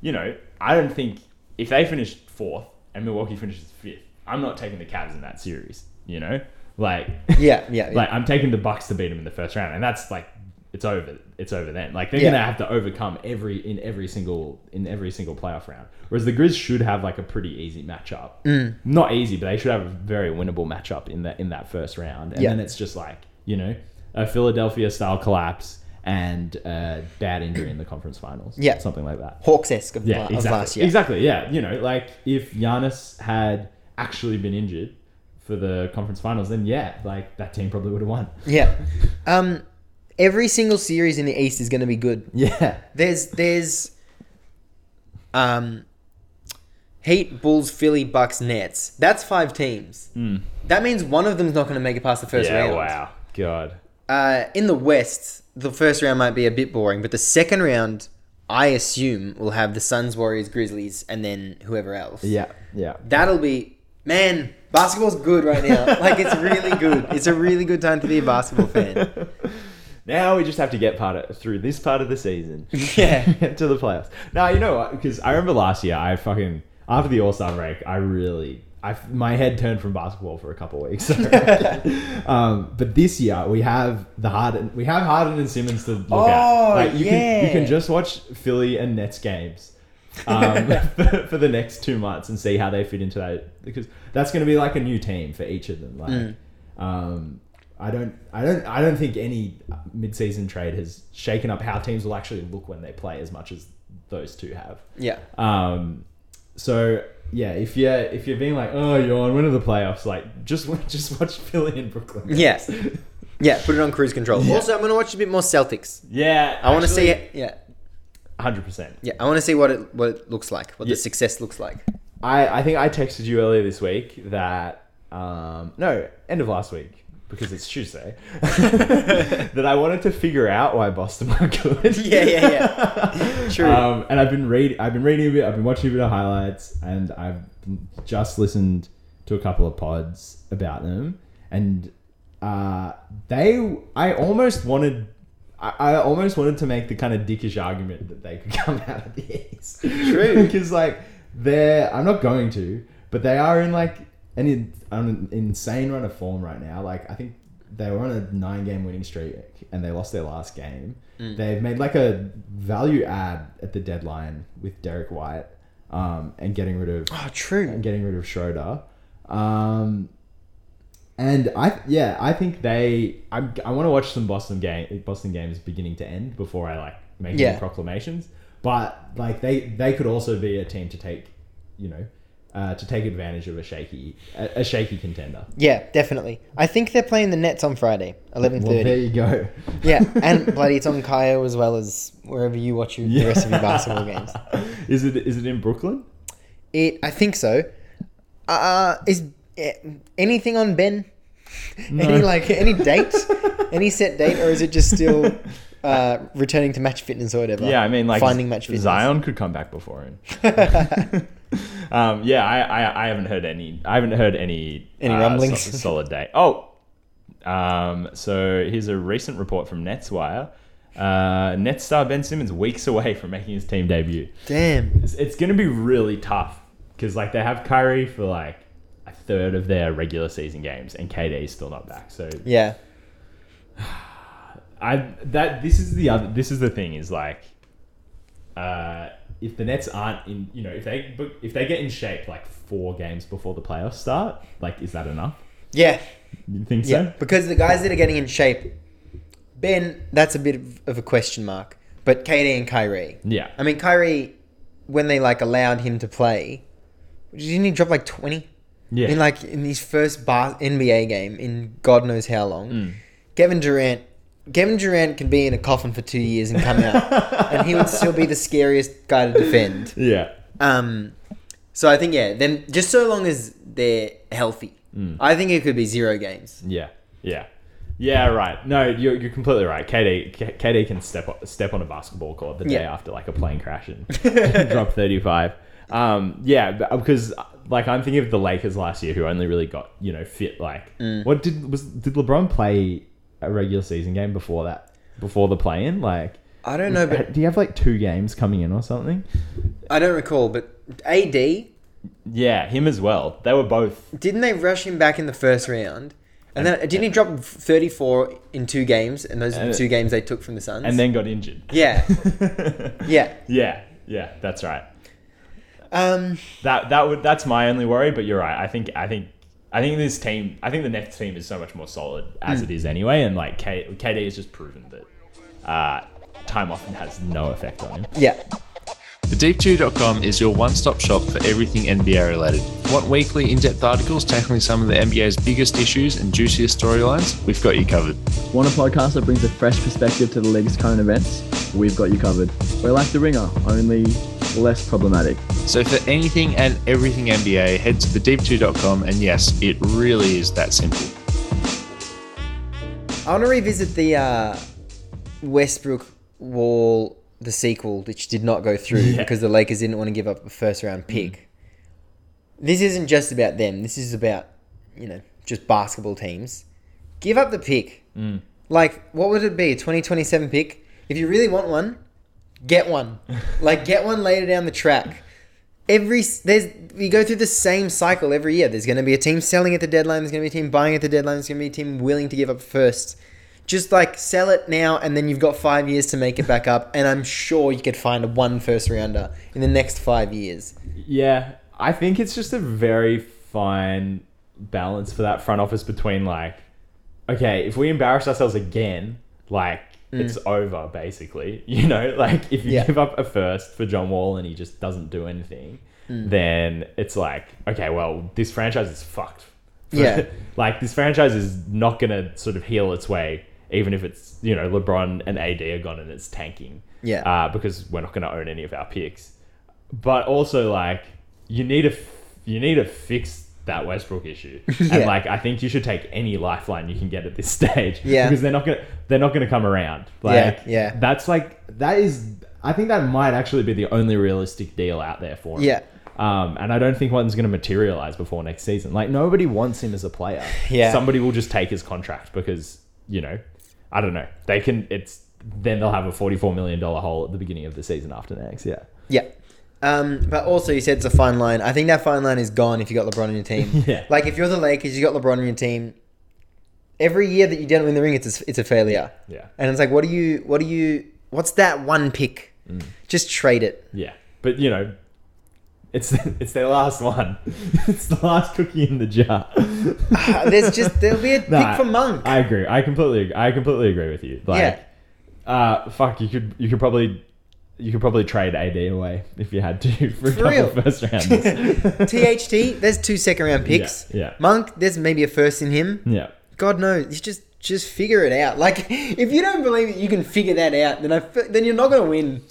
you know, I don't think if they finished fourth and Milwaukee finishes fifth, I'm not taking the Cavs in that series. You know, like
Yeah, yeah, yeah.
like I'm taking the Bucks to beat them in the first round, and that's like it's over. It's over then. Like they're
Yeah.
gonna have to overcome every in every single in every single playoff round. Whereas the Grizz should have like a pretty easy matchup.
Mm.
Not easy, but they should have a very winnable matchup in that in that first round. And
Yeah.
then it's just like you know a Philadelphia style collapse and a bad injury in the conference finals.
Yeah.
something like that.
Hawks esque of,
Yeah,
la-
exactly.
of last year.
Exactly. Yeah, you know, like if Giannis had actually been injured for the conference finals, then yeah, like that team probably would have won.
Yeah. Um, every single series in the East is going to be good.
Yeah.
There's there's um Heat, Bulls, Philly, Bucks, Nets. That's five teams.
Hmm.
That means one of them's not going to make it past the first round.
God.
Uh, in the West, the first round might be a bit boring, but the second round, I assume, will have the Suns, Warriors, Grizzlies, and then whoever else.
Yeah. Yeah.
That'll be man. Basketball's good right now. like it's really good. It's a really good time to be a basketball fan.
Now we just have to get part of, through this part of the season.
Yeah.
to the playoffs. Now you know because I remember last year I fucking after the All Star break I really I my head turned from basketball for a couple weeks. um, but this year we have the Harden we have Harden and Simmons to look
Oh,
at. Like you can you
yeah.
can just watch Philly and Nets games. um, for, for the next two months and see how they fit into that because that's going to be like a new team for each of them. Like,
Mm.
um, I don't, I don't, I don't think any mid-season trade has shaken up how teams will actually look when they play as much as those two have.
Yeah.
Um, so yeah, if you're if you're being like, oh, you're on one of the playoffs, like just wa- just watch Philly and Brooklyn.
Yeah. Yeah, put it on cruise control. Also, I'm gonna watch a bit more Celtics.
yeah.
I want to see it. Yeah,
Hundred percent.
yeah. I want to see what it what it looks like, what
Yeah.
the success looks like.
I, I think I texted you earlier this week that um, no end of last week because it's Tuesday that I wanted to figure out why Boston were good.
Yeah, yeah, yeah. True.
Um, and I've been read I've been reading a bit. I've been watching a bit of highlights, and I've just listened to a couple of pods about them. And uh, they I almost wanted. I I almost wanted to make the kind of dickish argument that they could come out of the East. True. Because, like, they're, I'm not going to, but they are in, like, an, in, an insane run of form right now. Like, I think
they were on a nine game winning streak and they lost their last game. They've made like a value add at the deadline with Derek White um, and getting rid of
Oh, true.
and getting rid of Schroeder. Um, and I yeah, I think they I, I want to watch some Boston game Boston games beginning to end before I like make
Yeah.
any proclamations. But like they they could also be a team to take, you know, uh, to take advantage of a shaky a, a shaky contender.
Yeah, definitely. I think they're playing the Nets on Friday, eleven
Well, there
thirty.
you go.
Yeah, and bloody, it's on Kayo as well as wherever you watch your, the rest of your basketball games.
Is it is it in Brooklyn?
It, I think so. Uh, is eh, anything on Ben? any like any date, any set date, or is it just still uh, returning to match fitness or whatever?
Yeah, I mean, like
finding match fitness.
Zion could come back before him. um, yeah, I, I, I haven't heard any. I haven't heard any uh,
Any rumblings?
sol- solid date. Oh, um, so here's a recent report from NetsWire. Uh, Nets star Ben Simmons weeks away from making his team debut.
Damn.
It's, it's going to be really tough because like they have Kyrie for like a third of their regular season games, and KD is still not back. So
Yeah.
I that this is the other this is the thing is like uh if the Nets aren't in you know if they but if they get in shape like four games before the playoffs start like is that enough
Yeah.
you think
Yeah.
so
Because the guys that are getting in shape, Ben, that's a bit of- of a question mark. But KD and Kyrie.
yeah
I mean, Kyrie, when they like allowed him to play, didn't he drop like twenty?
yeah
In like in his first bas- NBA game in God knows how long.
Mm.
Kevin Durant. Kevin Durant can be in a coffin for two years and come out, and he would still be the scariest guy to defend.
yeah
Um, so I think yeah, then just so long as they're healthy,
Mm.
I think it could be zero games.
yeah yeah yeah right no you're, you're completely right KD K- KD can step on, step on a basketball court the day
Yeah.
after like a plane crash and drop 35 um yeah but- because uh, like I'm thinking of the Lakers last year who only really got you know fit like
What did was did LeBron play a regular season game before that? Before the play in? Like
I don't know, but
do you have like two games coming in or something?
I don't recall. But AD didn't
Yeah, him as well. They were both.
they rush him back in the first round, and then didn't he drop thirty four in two games? And those are the
And-
two games they took from the Suns.
And then got injured.
yeah, yeah.
yeah, yeah, that's right.
Um,
That that would that's my only worry, but you're right. I think I think I think this team I think the Nets team is so much more solid as it is anyway, and like K, KD has just proven that uh, time often has no effect on him.
yeah.
TheDeepChew.com is your one stop shop for everything NBA related. Want weekly in depth articles tackling some of the NBA's biggest issues and juiciest storylines? We've got you covered.
Want a podcast that brings a fresh perspective to the league's current events? We've got you covered. We're like The Ringer, only less problematic.
So, for anything and everything NBA, head to TheDeepChew.com and yes, it really is that simple.
I want to revisit the uh, Westbrook Wall, the sequel, which did not go through because the Lakers didn't want to give up a first round pick. This isn't just about them. This is about, you know, just basketball teams. Give up the pick. Like, what would it be? A 2027 pick? If you really want one, get one. like, get one later down the track. Every s- there's we go through the same cycle every year. There's going to be a team selling at the deadline. There's going to be a team buying at the deadline. There's going to be a team willing to give up first. Just like sell it now, and then you've got five years to make it back up. And I'm sure you could find one first rounder in the next five years.
Yeah, I think it's just a very fine balance for that front office between like, okay, if we embarrass ourselves again, like it's over basically. You know, like if you
Mm. Yeah.
give up a first for John Wall and he just doesn't do anything,
Mm.
then it's like, okay, well, this franchise is fucked.
Yeah.
like this franchise is not gonna sort of heal its way, even if it's you know LeBron and AD are gone and it's tanking.
Yeah.
uh, because we're not gonna own any of our picks. But also like you need to f- you need to fix that Westbrook issue, and
Yeah.
like I think you should take any lifeline you can get at this stage.
Yeah.
because they're not gonna they're not gonna come around.
Yeah,
Like
yeah.
that's like that is I think that might actually be the only realistic deal out there for him.
Yeah.
Um, and I don't think one's going to materialize before next season. Like nobody wants him as a player.
Yeah.
Somebody will just take his contract because you know, I don't know. They can. It's then they'll have a forty-four million dollar hole at the beginning of the season after next. Yeah.
Yeah. Um, but also, you said it's a fine line. I think that fine line is gone if you got LeBron on your team.
Yeah.
Like if you're the Lakers, you got LeBron on your team. every year that you don't win the ring, it's a, it's a failure.
Yeah.
And it's like, what do you, what do you, what's that one pick?
Mm.
Just trade it.
Yeah, but you know, it's it's their last one. it's the last cookie in the jar.
Uh, There's just there'll be a
Nah,
pick for Monk.
I agree. I completely ag- I completely agree with you.
yeah.
Like, uh, fuck, you could you could probably. You could probably trade AD away if you had to for, a
For
couple
real.
first rounders.
THT, there's two second round picks.
yeah.
Monk, there's maybe a first in him.
yeah,
God knows. You just just figure it out. Like if you don't believe that you can figure that out, then I fe- then you're not gonna win.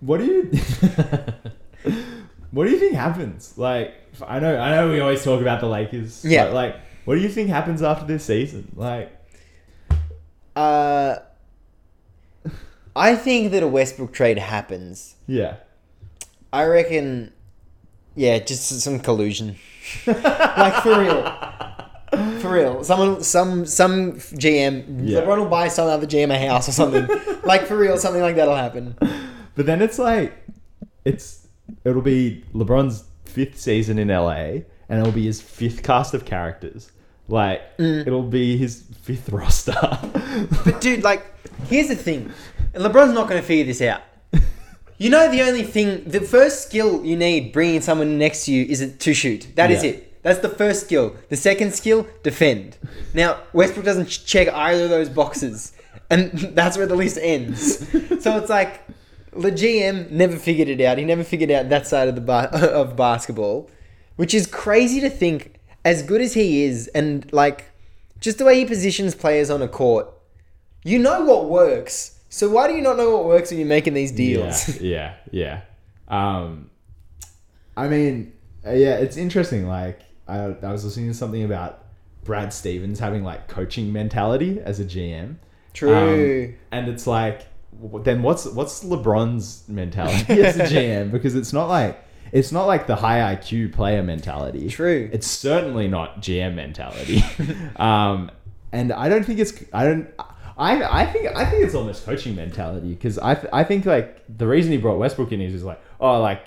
What do you What do you think happens? Like I know I know we always talk about the Lakers. but,
Yeah.
like what do you think happens after this season? Like
Uh, I think that a Westbrook trade happens.
yeah.
I reckon. Yeah, just some collusion. like for real. For real, someone, some, some GM,
Yeah.
LeBron will buy some other GM a house or something. like for real, something like that'll happen.
But then it's like it's it'll be LeBron's fifth season in LA and it'll be his fifth cast of characters. Like it'll be his fifth roster.
But dude, like, here's the thing: LeBron's not going to figure this out. You know, the only thing, the first skill you need bringing someone next to you is to shoot. That is
Yeah.
it. That's the first skill. The second skill, defend. Now Westbrook doesn't ch- check either of those boxes, and that's where the list ends. So it's like the GM never figured it out. He never figured out that side of the ba- of basketball, which is crazy to think. As good as he is, and like just the way he positions players on a court, you know what works. So why do you not know what works when you're making these deals?
yeah, yeah, yeah. Um
I mean, uh, yeah, it's interesting. Like, I, I was listening to something about Brad Stevens having like coaching mentality as a GM.
True.
Um, and it's like, w- then what's what's LeBron's mentality as a GM? Because it's not like it's not like the high IQ player mentality.
True.
It's certainly not GM mentality. um, and I don't think it's I don't. I, I think I think it's almost coaching mentality because I, th- I think like the reason he brought Westbrook in is, is like oh like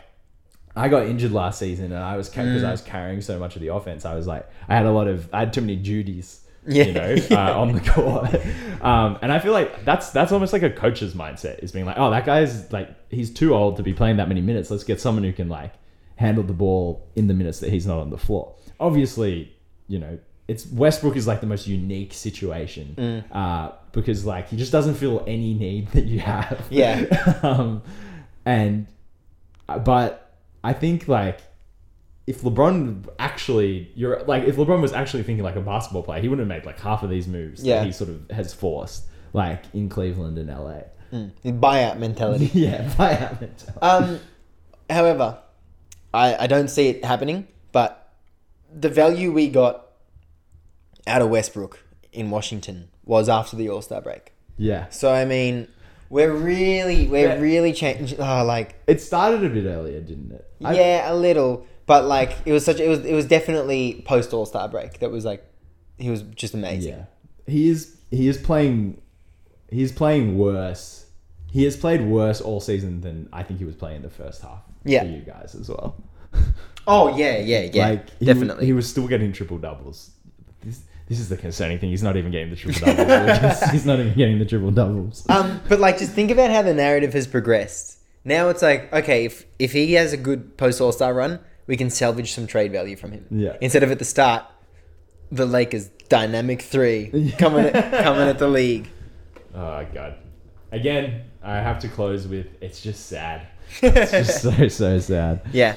I got injured last season, and I was because
Mm.
I was carrying so much of the offense. I was like, I had a lot of, I had too many duties,
Yeah.
you know, uh, on the court. um, and I feel like that's that's almost like a coach's mindset is being like, oh, that guy's like he's too old to be playing that many minutes. Let's get someone who can like handle the ball in the minutes that he's not on the floor. Obviously, you know, it's Westbrook is like the most unique situation
Mm.
uh, because like he just doesn't feel any need that you have.
Yeah.
um, and uh, but I think like if LeBron actually you're like if LeBron was actually thinking like a basketball player, he wouldn't have made like half of these moves
Yeah.
that he sort of has forced like in Cleveland and LA.
Buyout mentality.
Yeah, by that mentality.
um, however, I, I don't see it happening, but the value we got out of Westbrook in Washington was after the All Star break.
yeah.
So I mean, we're really, we're
Yeah.
really changing. Oh, like
It started a bit earlier, didn't it? I-
yeah, a little, but like it was such. It was it was definitely post All Star break that was like, he was just amazing.
yeah. He is he is playing he is playing worse. He has played worse all season than I think he was playing in the first half.
Yeah.
For you guys as well.
Oh yeah, yeah, yeah,
like he,
definitely.
he was still getting triple doubles. This, this is the concerning thing. He's not even getting the triple doubles. he's not even getting the triple doubles.
um, but like, just think about how the narrative has progressed. Now it's like, okay, if if he has a good post All Star run, we can salvage some trade value from him.
Yeah.
Instead of at the start, the Lakers dynamic three coming at, coming at the league.
Oh god. Again, I have to close with it's just sad. It's just so so sad.
Yeah.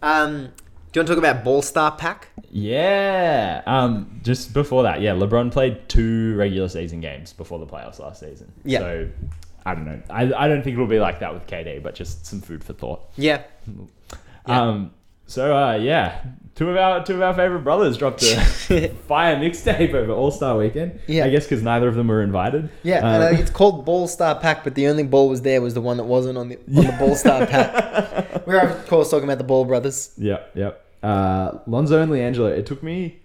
Um, do you want to talk about Ball Star Pack?
Yeah. Um just before that, yeah, LeBron played two regular season games before the playoffs last season.
Yeah.
So I don't know. I, I don't think it'll be like that with KD, but just some food for thought.
Yeah. Yeah.
Um so uh yeah, two of our two of our favorite brothers dropped a fire mixtape over All-Star weekend.
Yeah.
I guess cuz neither of them were invited.
Yeah,
Um,
and, uh, it's called Ball Star Pack, but the only ball was there was the one that wasn't on the on the Ball Star Pack. We We're of course talking about the Ball Brothers.
Yep, yep. Uh, Lonzo and Leangelo. It took me,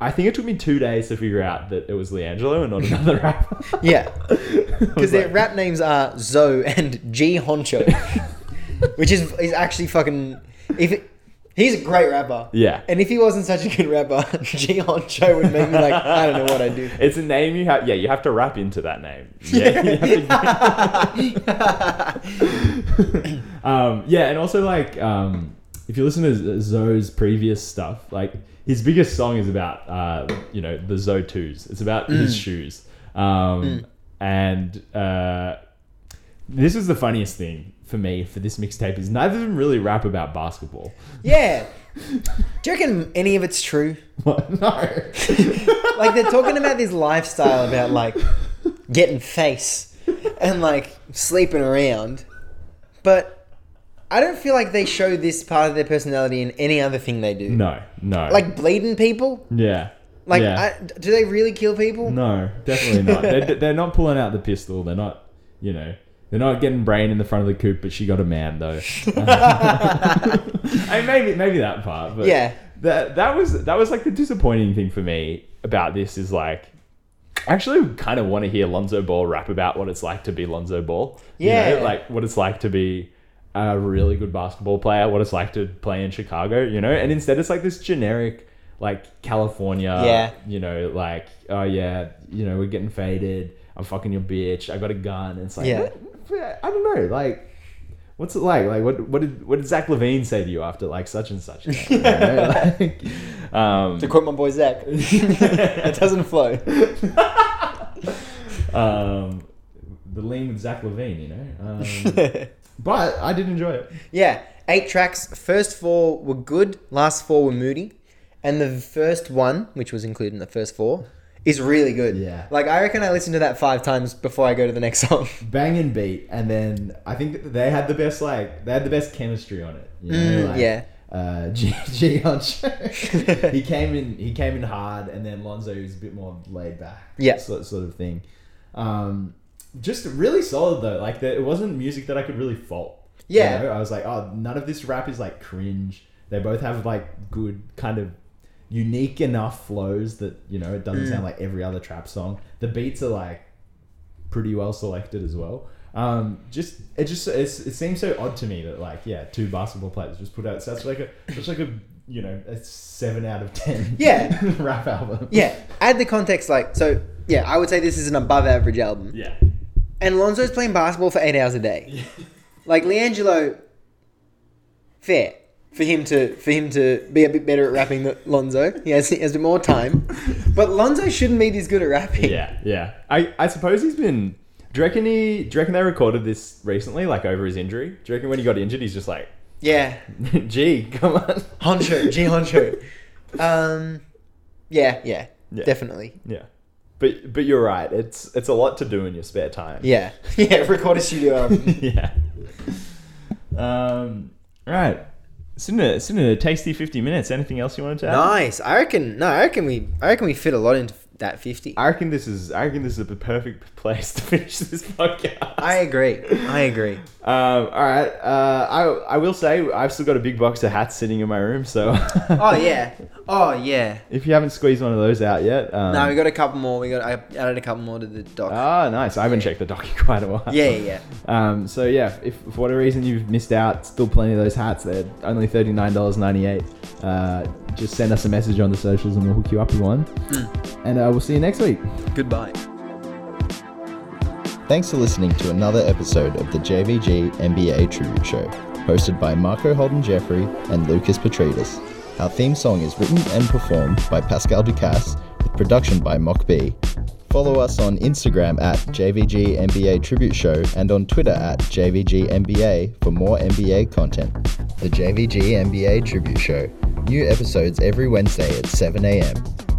I think it took me two days to figure out that it was Leangelo and not another rapper.
Yeah, because
was
their
like-
rap names are Zoe and G Honcho, which is is actually fucking. If it, He's a great rapper.
Yeah.
And if he wasn't such a good rapper, Jihan Cho would make me like, I don't know what I'd do.
It's a name you have. Yeah, you have to rap into that name. Yeah, you have to- um, yeah, and also like um, if you listen to Z- Zoe's previous stuff, like his biggest song is about uh, you know the Zoe twos. It's about his shoes. Um, And uh, this is the funniest thing for me for this mixtape is neither of them really rap about basketball.
Yeah. Do you reckon any of it's true?
no.
Like they're talking about this lifestyle about like getting face and like sleeping around, but I don't feel like they show this part of their personality in any other thing they do.
No, no.
Like bleeding people.
yeah.
Like,
yeah.
I, do they really kill people?
No, definitely not. they're, they're not pulling out the pistol. They're not, you know, they're not getting brain in the front of the coop. But she got a man though. I mean, maybe maybe that part. But
Yeah.
that that was that was like the disappointing thing for me about this is like. I actually kind of want to hear Lonzo Ball rap about what it's like to be Lonzo Ball. You know,
Yeah.
like what it's like to be a really good basketball player, what it's like to play in Chicago, you know? And instead it's like this generic like California,
Yeah.
you know, like oh yeah, you know, we're getting faded. I'm fucking your bitch. I got a gun. And it's like
Yeah.
what- I don't know, like What's it like? Like, what, what did what did Zach Levine say to you after like such and such? a day, you know? Like, um,
To quote my boy Zach, it doesn't flow.
um, the lean with Zach Levine, you know. Um, but I did enjoy it.
Yeah, eight tracks. First four were good, last four were moody, and the first one, which was included in the first four, is really good.
Yeah.
like I reckon I listened to that five times before I go to the next song.
Banging beat, and then I think that they had the best like they had the best chemistry on it. You know?
Mm,
like,
yeah.
Uh, G, G on he came in he came in hard, and then Lonzo was a bit more laid back.
Yeah.
sort, sort of thing. Um, just really solid though. Like the, it wasn't music that I could really fault. You
Yeah.
know, I was like, oh, none of this rap is like cringe. They both have like good kind of unique enough flows that you know it
Mm.
doesn't sound like every other trap song. The beats are like pretty well selected as well. Um, just it just it's, it seems so odd to me that like yeah, two basketball players just put out such like a such like a you know a seven out of ten
Yeah.
rap album
yeah, add the context, like so. Yeah, I would say this is an above average album.
yeah
And Lonzo's playing basketball for eight hours a day. like Leangelo, fair for him to for him to be a bit better at rapping than Lonzo. He has, he has more time, but Lonzo shouldn't be this good at rapping.
yeah yeah. I I suppose he's been. Do you reckon he? Do you reckon they recorded this recently, like over his injury? Do you reckon when he got injured, he's just like,
yeah.
"Gee, come on."
Honcho, G Honcho. Um, yeah, yeah,
Yeah.
definitely.
Yeah, but but you're right. It's it's a lot to do in your spare time.
Yeah, yeah. Record a studio album.
yeah. Um. Right. It's in a, it's in a tasty fifty minutes. Anything else you wanted to add?
nice. I reckon. No, I reckon we. I reckon we fit a lot into that fifty.
I reckon this is I reckon this is the perfect place to finish this podcast.
I agree. I agree.
Um, all right. Uh, I I will say I've still got a big box of hats sitting in my room. So.
Oh yeah. Oh yeah.
If you haven't squeezed one of those out yet. Um,
No, we got a couple more. We got. I added a couple more to the doc.
Ah, nice. I haven't
Yeah.
checked the doc in quite a while.
yeah, yeah, yeah.
Um, so yeah, if, if for whatever reason you've missed out, still plenty of those hats. They're only thirty nine dollars ninety eight. Uh, just send us a message on the socials and we'll hook you up with one. And uh, we'll see you next week.
Goodbye.
Thanks for listening to another episode of the JVG NBA Tribute Show, hosted by Marco Holden Jeffrey and Lucas Petridis. Our theme song is written and performed by Pascal Ducasse, with production by Mock B. Follow us on Instagram at JVG NBA Tribute Show and on Twitter at JVG NBA for more NBA content. The JVG NBA Tribute Show. New episodes every Wednesday at 7 a.m.